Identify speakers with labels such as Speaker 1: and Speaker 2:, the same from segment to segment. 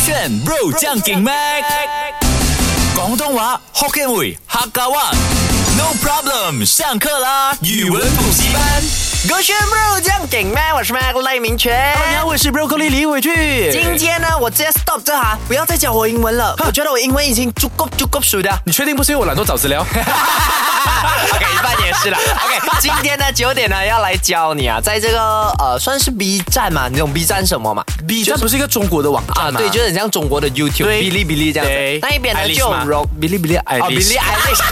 Speaker 1: 选 Bro 将劲 Mac，广东话 Hokkien 语客家话。No problem，上课啦！语文补习班。
Speaker 2: 歌炫 bro 酱顶麦，我是麦克赖明全。
Speaker 3: 大家好，我是 Broccoli 李伟
Speaker 2: 今
Speaker 3: 俊。
Speaker 2: 天呢，我直接 stop 这哈，不要再教我英文了。我觉得我英文已经足够足够熟的。
Speaker 3: 你确定不是因为我懒惰找资 料？
Speaker 2: OK，一半也是 啦。OK，今天呢九点呢要来教你啊，在这个呃算是 B 站嘛，你懂 B 站什么嘛
Speaker 3: B 站不是一个中国的网
Speaker 2: 啊，
Speaker 3: 站吗？
Speaker 2: 对，就是很像中国的 YouTube、
Speaker 3: 对
Speaker 2: 哔哩哔哩这样
Speaker 3: 对
Speaker 2: 子。那一边呢
Speaker 3: Alice
Speaker 2: 就
Speaker 3: 嘛
Speaker 2: 有容
Speaker 3: 哔哩哔哩爱
Speaker 2: 哦，比利艾丽莎，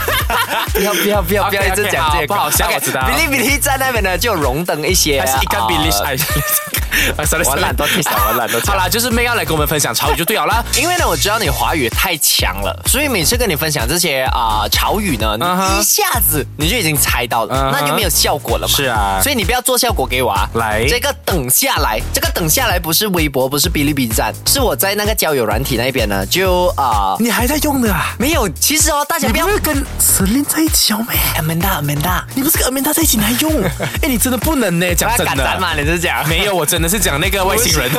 Speaker 2: 不要不要不 要不要
Speaker 3: OK，OK，
Speaker 2: 一直讲这
Speaker 3: 好
Speaker 2: 个，
Speaker 3: 不好笑我知道啊
Speaker 2: 比利比利在那边呢就有荣登一些，
Speaker 3: 还是一个
Speaker 2: 呃
Speaker 3: 比利爱丽 ？sorry，
Speaker 2: 我懒惰踢手我懒惰踢手
Speaker 3: 好啦，就是 May 要来跟我们分享潮语就对了啦。
Speaker 2: 因为呢，我知道你华语太强了，所以每次跟你分享这些啊、潮语呢，
Speaker 3: 嗯哼
Speaker 2: 你一下子你就已经猜到了
Speaker 3: 嗯哼
Speaker 2: 那你就没有效果了嘛。
Speaker 3: 是啊
Speaker 2: 所以你不要做效果给我啊。
Speaker 3: 来
Speaker 2: 这个等下来，这个等下来不是微博，不是哔哩哔哩站，是我在那个交友软体那边呢，就啊、
Speaker 3: 你还在用的啊？
Speaker 2: 没有。其实哦，大家不要。
Speaker 3: 跟 Selin 在一起哦，妹？
Speaker 2: 阿门大，阿门大，
Speaker 3: 你不是跟 Amanda 在一起，你还 用？哎，你真的不能呢，讲
Speaker 2: 我要
Speaker 3: 真
Speaker 2: 赶咱
Speaker 3: 的。啊
Speaker 2: 嘛，你是讲？
Speaker 3: 没有，我真的是讲那个外星人。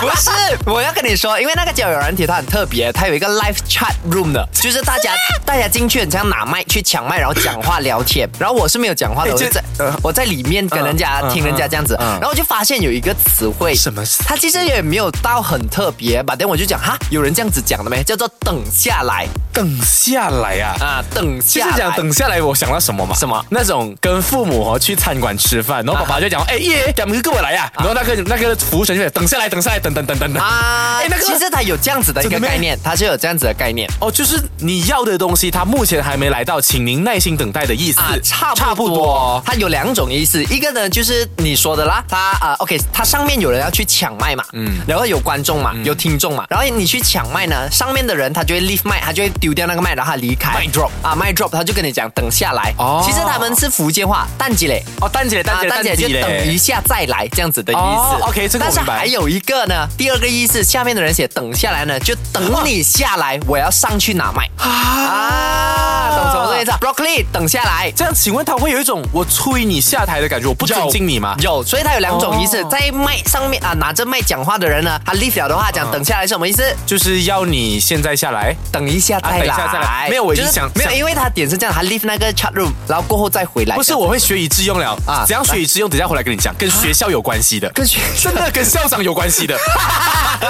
Speaker 2: 不是，我要跟你说，因为那个交友软体它很特别，它有一个 live chat room 的，就是大家大家进去，很像拿麦去抢麦，然后讲话聊天。然后我是没有讲话的，
Speaker 3: 哎
Speaker 2: 我
Speaker 3: 这
Speaker 2: 就在、
Speaker 3: 呃
Speaker 2: 我在里面跟人家、
Speaker 3: 嗯嗯
Speaker 2: 听人家这样子，
Speaker 3: 嗯
Speaker 2: 然后我就发现有一个词汇，
Speaker 3: 什么词
Speaker 2: 它其实也没有到很特别吧，但我就讲哈，有人这样子讲的没？叫做等下来
Speaker 3: 等下来啊。
Speaker 2: 啊，等
Speaker 3: 就
Speaker 2: 下
Speaker 3: 是
Speaker 2: 来。
Speaker 3: 讲等下来，我想到什么嘛？
Speaker 2: 什么
Speaker 3: 那种跟父母哦去餐馆吃饭，然后爸爸就讲，哎耶，咱们跟我来呀。然后那个那个服务生就讲等下来，等下来，等等等等等。
Speaker 2: 啊
Speaker 3: 哎，那个
Speaker 2: 其实它有这样子的一
Speaker 3: 真
Speaker 2: 个
Speaker 3: 的咩
Speaker 2: 概念，它就有这样子的概念。
Speaker 3: 哦，就是你要的东西，它目前还没来到，请您耐心等待的意思。
Speaker 2: 啊，差不多，它有两种意思，一个呢就是你说的啦，它啊、呃 OK，它上面有人要去抢麦嘛，嗯，然后有观众嘛，有听众嘛，然后你去抢麦呢，上面的人他就会 leave 麦，他就会丢掉那个麦，然后他离开。
Speaker 3: 麦 drop
Speaker 2: 啊，麦 drop，他就跟你讲等下来。
Speaker 3: 哦
Speaker 2: 其实他们是福建话，蛋鸡嘞。
Speaker 3: 哦，蛋姐，蛋姐，
Speaker 2: 蛋姐就
Speaker 3: 嘞
Speaker 2: 等一下再来这样子的意思。
Speaker 3: 哦，OK，这个我
Speaker 2: 但是
Speaker 3: 明白
Speaker 2: 还有一个呢，第二个意思，下面的人写等下来呢，就等你下来，我要上去拿麦啊，懂什么意思啊？Broccoli，等下来，
Speaker 3: 这样，请问他会有一种我催你下台的感觉，我不尊敬你吗？
Speaker 2: 啊有，所以它有两种意思，
Speaker 3: 哦
Speaker 2: 在麦上面啊拿着麦讲话的人呢，他 leave 了的话讲等下来是什么意思？
Speaker 3: 就是要你现在下来。
Speaker 2: 等一下再
Speaker 3: 啊等一
Speaker 2: 来，
Speaker 3: 下再来没有我已经
Speaker 2: 就是
Speaker 3: 想
Speaker 2: 没有，
Speaker 3: 想
Speaker 2: 因为他点是这样，他 leave 那个 chat room，然后过后再回来。
Speaker 3: 不是，
Speaker 2: 这样
Speaker 3: 我会学以致用了
Speaker 2: 啊
Speaker 3: 哎啊！怎样学以致用？等一下回来跟你讲，跟学校有关系的，
Speaker 2: 跟学
Speaker 3: 真的跟校长有关 系的。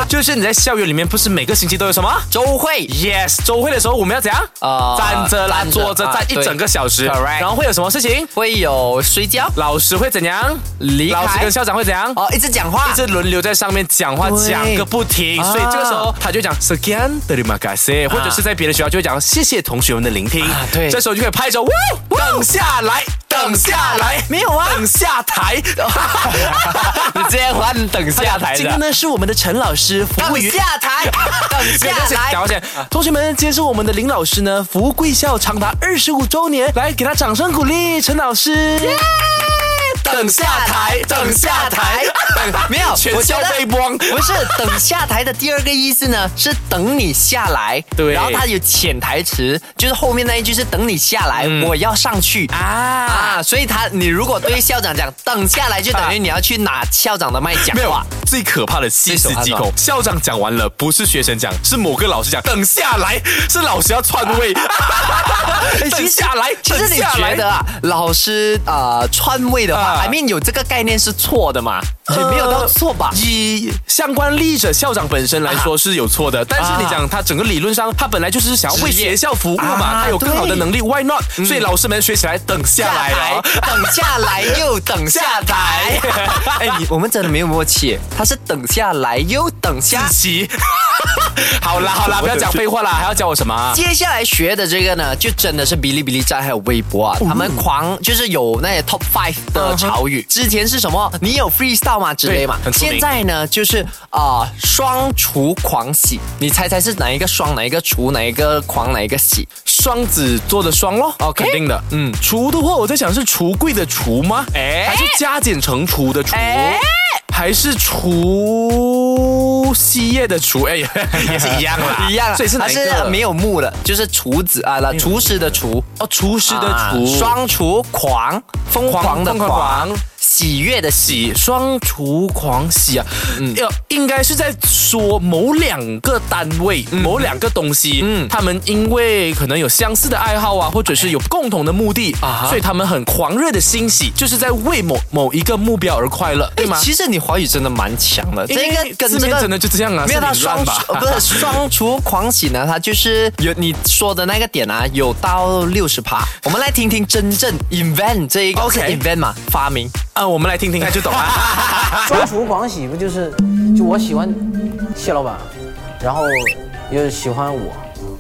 Speaker 3: 就是你在校园里面，不是每个星期都有什么
Speaker 2: 周慧
Speaker 3: Yes 周会的时候，我们要怎样？
Speaker 2: 呃
Speaker 3: 站着啦，
Speaker 2: 站着
Speaker 3: 坐着
Speaker 2: 啊
Speaker 3: 站一
Speaker 2: 对
Speaker 3: 整个小时，
Speaker 2: Correct
Speaker 3: 然后会有什么事情？
Speaker 2: 会有睡觉
Speaker 3: 老师会怎样？
Speaker 2: 离开
Speaker 3: 老师跟校长会怎样？
Speaker 2: 哦，一直讲话
Speaker 3: 一。直轮流在上面讲话，
Speaker 2: 对
Speaker 3: 讲个不停，
Speaker 2: 啊
Speaker 3: 所以这个时候他就讲 s g a n terima kasih，或者是在别的学校就会讲谢谢同学们的聆听
Speaker 2: 啊，对
Speaker 3: 这时候就可以拍手，哇，等下来，等下来，
Speaker 2: 没有啊
Speaker 3: 等下台，
Speaker 2: 你 直接换等下台
Speaker 3: 今天
Speaker 2: 的，
Speaker 3: 呢是我们的陈老师服务
Speaker 2: 等
Speaker 3: 于。
Speaker 2: 下台，等下来
Speaker 3: 讲。到这，同学们，接着我们的林老师呢，服务贵校长达二十五周年，来给他掌声鼓励，陈老师。
Speaker 2: 等下台，等下台， 等没有，
Speaker 3: 全
Speaker 2: 我觉
Speaker 3: 校
Speaker 2: 得
Speaker 3: 被光
Speaker 2: 不是等下台的第二个意思呢，是等你下来。
Speaker 3: 对
Speaker 2: 然后它有潜台词，就是后面那一句是等你下来，我要上去啊。
Speaker 3: 啊！
Speaker 2: 所以他，你如果对校长讲等下来，就等于你要去拿校长的麦讲
Speaker 3: 没有啊
Speaker 2: 话。，
Speaker 3: 最可怕的细思极
Speaker 2: 最可怕
Speaker 3: 恐。校长讲完了，不是学生讲，是某个老师讲。等下来，是老师要篡位。 等下来，
Speaker 2: 哎其实
Speaker 3: 等
Speaker 2: 你
Speaker 3: 下来
Speaker 2: 觉得啊，老师呃篡位的话
Speaker 3: 啊呃
Speaker 2: ，I mean 有这个概念是错的嘛？也没有到错吧？
Speaker 3: 以相关立着校长本身来说是有错的，但是你讲他整个理论上，他本来就是想要为
Speaker 2: 职业
Speaker 3: 学校服务
Speaker 2: 啊
Speaker 3: 嘛，他有更好的
Speaker 2: 对嗯
Speaker 3: 能力，Why not？所以老师们学起来，等下来啊。
Speaker 2: 等下来又等下 台。哎，你我们真的没有默契，他是等下来又等下
Speaker 3: 自。习。 好啦好啦，不要讲废话啦，还要教我什么啊？
Speaker 2: 接下来学的这个呢，就真的是哔哩哔哩站还有微博啊，他们狂就是有那些 top five 的潮语。嗯之前是什么？你有 freestyle 吗之类嘛
Speaker 3: 对？很出名
Speaker 2: 现在呢就是啊、呃双厨狂喜，你猜猜是哪一个双，哪一个厨，哪一个狂，哪一个喜？
Speaker 3: 双子座的双咯，哦，肯定的，嗯。厨的话，我在想是橱柜的橱吗？哎，还是加减乘除的除？
Speaker 2: 哎
Speaker 3: 还是除夕夜的除？哎，也是一样 啦，
Speaker 2: 一样啊，
Speaker 3: 所以是哪
Speaker 2: 它
Speaker 3: 一
Speaker 2: 是
Speaker 3: 个？
Speaker 2: 没有木的，就是厨子啊，那厨师的厨。
Speaker 3: 哦，厨师的
Speaker 2: 啊
Speaker 3: 厨，
Speaker 2: 双厨狂，疯狂的
Speaker 3: 狂疯
Speaker 2: 狂
Speaker 3: 狂狂，
Speaker 2: 喜悦的喜，
Speaker 3: 喜双厨狂喜啊，
Speaker 2: 嗯
Speaker 3: 要、应该是在说某两个单位、
Speaker 2: 嗯
Speaker 3: 某两个东西，嗯，他们因为可能有相似的爱好啊，或者是有共同的目的
Speaker 2: 啊哈
Speaker 3: 所以他们很狂热的欣喜，就是在为某某一个目标而快乐，对吗
Speaker 2: 哎诶？其实你华语真的蛮强的，这个跟
Speaker 3: 字
Speaker 2: 这
Speaker 3: 面
Speaker 2: 个
Speaker 3: 真的就这样啊，
Speaker 2: 没有
Speaker 3: 是
Speaker 2: 他
Speaker 3: 你
Speaker 2: 双
Speaker 3: 乱吧
Speaker 2: 厨 呃不是双厨狂喜呢，他就是有你说的那个点啊，有到六十趴。我们来听听真正 invent 这一个
Speaker 3: OK
Speaker 2: 是 invent 嘛，发明。
Speaker 3: 啊，我们来听听看就懂了。
Speaker 4: 双厨狂喜不就是，就我喜欢谢老板，然后又喜欢我，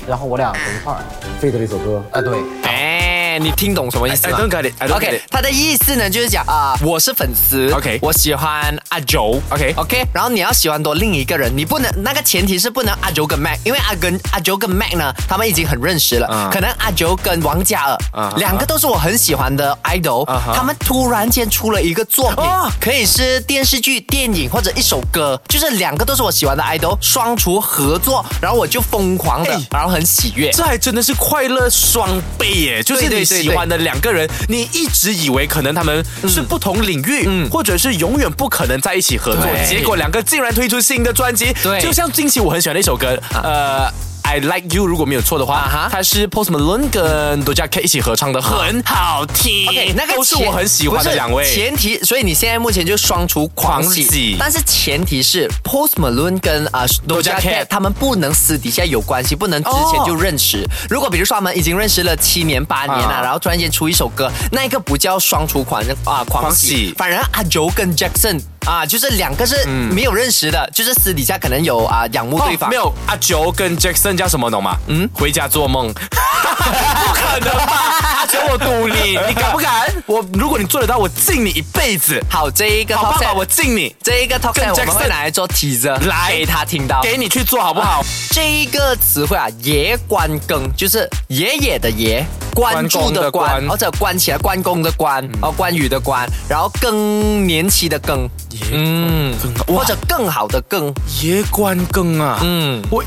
Speaker 4: 然后我俩在一块儿。
Speaker 5: 费的那首歌。
Speaker 4: 啊，对，
Speaker 2: 哎，你听懂什么意思
Speaker 3: I
Speaker 2: 吗
Speaker 3: don't get it. I don't get
Speaker 2: OK，
Speaker 3: it.
Speaker 2: 他的意思呢就是讲啊、我是粉丝
Speaker 3: OK
Speaker 2: 我喜欢阿九
Speaker 3: OK
Speaker 2: OK，然后你要喜欢多另一个人，你不能那个前提是不能阿九跟 Mac，因为阿跟阿九跟 Mac 呢，他们已经很认识了，
Speaker 3: 嗯
Speaker 2: 可能阿九跟王嘉尔、
Speaker 3: 嗯
Speaker 2: 两个都是我很喜欢的 idol，、
Speaker 3: 嗯哼
Speaker 2: 他们突然间出了一个作品，
Speaker 3: 哦
Speaker 2: 可以是电视剧、电影或者一首歌，就是两个都是我喜欢的 idol 双厨合作，然后我就疯狂的，
Speaker 3: 哎
Speaker 2: 然后很喜悦。
Speaker 3: 这还真的是快乐双倍耶！就是
Speaker 2: 对对
Speaker 3: 你
Speaker 2: 对
Speaker 3: 喜欢的两个人，你一直以为可能他们是不同领域，或者是永远不可能在一起合作，
Speaker 2: 嗯对
Speaker 3: 结果两个竟然推出新的专辑。
Speaker 2: 对
Speaker 3: 就像近期我很喜欢的一首歌，呃。I like you，如果没有错的话
Speaker 2: 啊哈啊
Speaker 3: 它是 Post Malone 跟 Doja Cat 一起合唱的，很好听。
Speaker 2: OK，那个
Speaker 3: 都是
Speaker 2: 前
Speaker 3: 我很喜欢
Speaker 2: 不
Speaker 3: 的
Speaker 2: 是
Speaker 3: 两位。
Speaker 2: 前提，所以你现在目前就双厨狂喜，
Speaker 3: 狂喜
Speaker 2: 但是前提是 Post Malone 跟啊 Doja
Speaker 3: Doja
Speaker 2: Cat
Speaker 3: Cat
Speaker 2: 他们不能私底下有关系，不能之前就认识。如果比如说他们已经认识了七年八年了、
Speaker 3: 哦啊
Speaker 2: 然后突然间出一首歌，那个不叫双厨狂啊狂
Speaker 3: 狂
Speaker 2: 喜
Speaker 3: 喜，
Speaker 2: 反而阿 Joe 跟 Jackson 啊，就是两个是没有认识的，就是私底下可能有啊仰慕
Speaker 3: 哦
Speaker 2: 对方。
Speaker 3: 没有阿九跟 Jackson 叫什么懂吗？嗯，回家 做梦。不可能吧？阿九，我赌你，你敢不敢？我如果你做得到，我敬你一辈子。
Speaker 2: 好，这一个 talk
Speaker 3: 好爸爸，
Speaker 2: set，
Speaker 3: 我敬你，
Speaker 2: 这一个 talk
Speaker 3: 跟
Speaker 2: set 我们
Speaker 3: Jackson
Speaker 2: 会拿来做 teaser，
Speaker 3: 来
Speaker 2: 给他听到。
Speaker 3: 给你去做好不好？
Speaker 2: 这一个词汇啊，爷关更就是爷爷的爷，关注的关，
Speaker 3: 关嗯公的关
Speaker 2: 或者关起来关公的关，哦、关羽的关，然后更年期的更，
Speaker 3: 嗯，
Speaker 2: 或者更好的更，
Speaker 3: 爷关更啊，嗯，我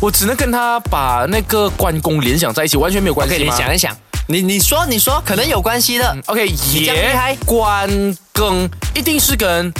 Speaker 3: 我只能跟他把那个关公联想在一起，完全没有关
Speaker 2: 给
Speaker 3: 系
Speaker 2: 你
Speaker 3: 吗嗯
Speaker 2: 想一想，你你说你说可能有关系的，
Speaker 3: ？OK，
Speaker 2: 这样厉害
Speaker 3: 爷关更一定是跟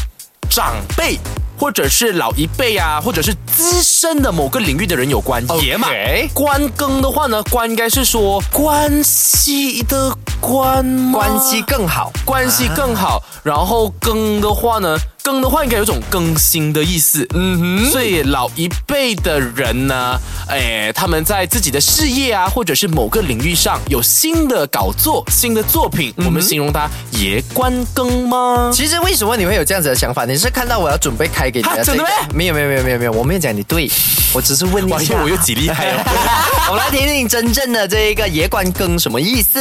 Speaker 3: 长辈。或者是老一辈啊，或者是资深的某个领域的人有关。爷嘛
Speaker 2: OK，
Speaker 3: 关更的话呢，关应该是说关系的关吗，
Speaker 2: 关系更好。
Speaker 3: 关系更好。然后更的话呢，更的话应该有种更新的意思。嗯哼，所以老一辈的人呢，哎，他们在自己的事业啊，或者是某个领域上有新的搞作、新的作品，我们形容它爷关更吗？
Speaker 2: 其实为什么你会有这样子的想法？你是看到我要准备开给你的
Speaker 3: 哈
Speaker 2: 这
Speaker 3: 真
Speaker 2: 个
Speaker 3: 的咩？
Speaker 2: 没有没有没有没有没有，我没有讲你对，我只是问一
Speaker 3: 哇，
Speaker 2: 下
Speaker 3: 又。我又几厉害哦！
Speaker 2: 我们来听听真正的这一个爷关更什么意思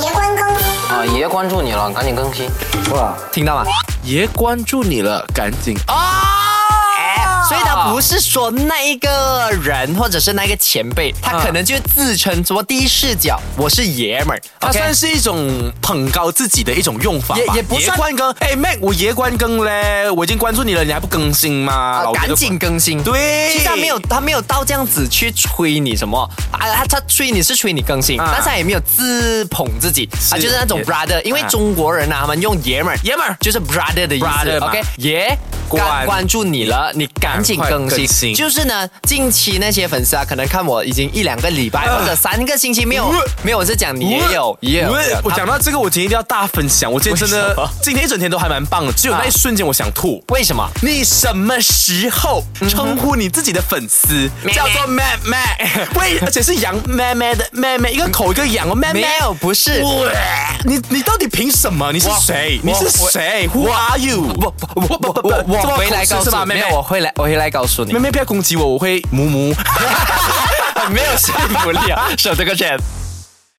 Speaker 6: 别关更。
Speaker 4: 啊，爷关注你了，赶紧更新。
Speaker 2: 听到吗？
Speaker 3: 爷关注你了，赶紧啊！
Speaker 2: 所以他不是说那一个人或者是那个前辈，他可能就自称什么第一视角，我是爷们儿
Speaker 3: 它
Speaker 2: ，OK。
Speaker 3: 啊算是一种捧高自己的一种用法吧，
Speaker 2: 也也不
Speaker 3: 爷
Speaker 2: 算
Speaker 3: 关更。哎，Mac，我爷关更嘞，我已经关注你了，你还不更新吗？
Speaker 2: 啊
Speaker 3: 老爷的
Speaker 2: 赶紧更新。
Speaker 3: 对
Speaker 2: 其实他没有，他没有到这样子去吹你什么啊，他他吹你是吹你更新，
Speaker 3: 啊
Speaker 2: 但是他也没有自捧自己啊，就是那种
Speaker 3: 也
Speaker 2: brother，因为
Speaker 3: 啊
Speaker 2: 中国人啊，他们用爷们儿，
Speaker 3: 爷们儿
Speaker 2: 就是 brother 的意思。
Speaker 3: brother 嘛
Speaker 2: OK，爷
Speaker 3: 关
Speaker 2: 关关注你了，你赶紧
Speaker 3: 赶快
Speaker 2: 更新
Speaker 3: 更。新
Speaker 2: 就是呢，近期那些粉丝啊，可能看我已经一两个礼拜或者三个星期没有
Speaker 3: 呃
Speaker 2: 没有，我是讲你也有也有啊
Speaker 3: 我，我讲到这个，我今天一定要大分享。我今天真
Speaker 2: 为
Speaker 3: 的
Speaker 2: 什么， 啊
Speaker 3: 今天一整天都还蛮棒的，只有那一瞬间我想吐。
Speaker 2: 为什么？
Speaker 3: 你什么时候称呼你自己的粉丝
Speaker 2: 嗯妹妹
Speaker 3: 叫做妹妹？ 喂，而且是羊妹妹的妹妹，一个口一个羊哦，妹妹。
Speaker 2: 没有，不是。
Speaker 3: 喂，你你到底凭什么？你是
Speaker 2: 我
Speaker 3: 谁？
Speaker 2: 我
Speaker 3: 你是谁？Who are you？不不不不
Speaker 2: 我我
Speaker 3: 这么
Speaker 2: 回来
Speaker 3: 口试
Speaker 2: 告诉
Speaker 3: 是吧，
Speaker 2: 你，
Speaker 3: 妹
Speaker 2: 没
Speaker 3: 妹
Speaker 2: 有，我回来我回来告诉你
Speaker 3: 妹。妹不要攻击我，我会母母。
Speaker 2: 没有说服力啊，守这个圈。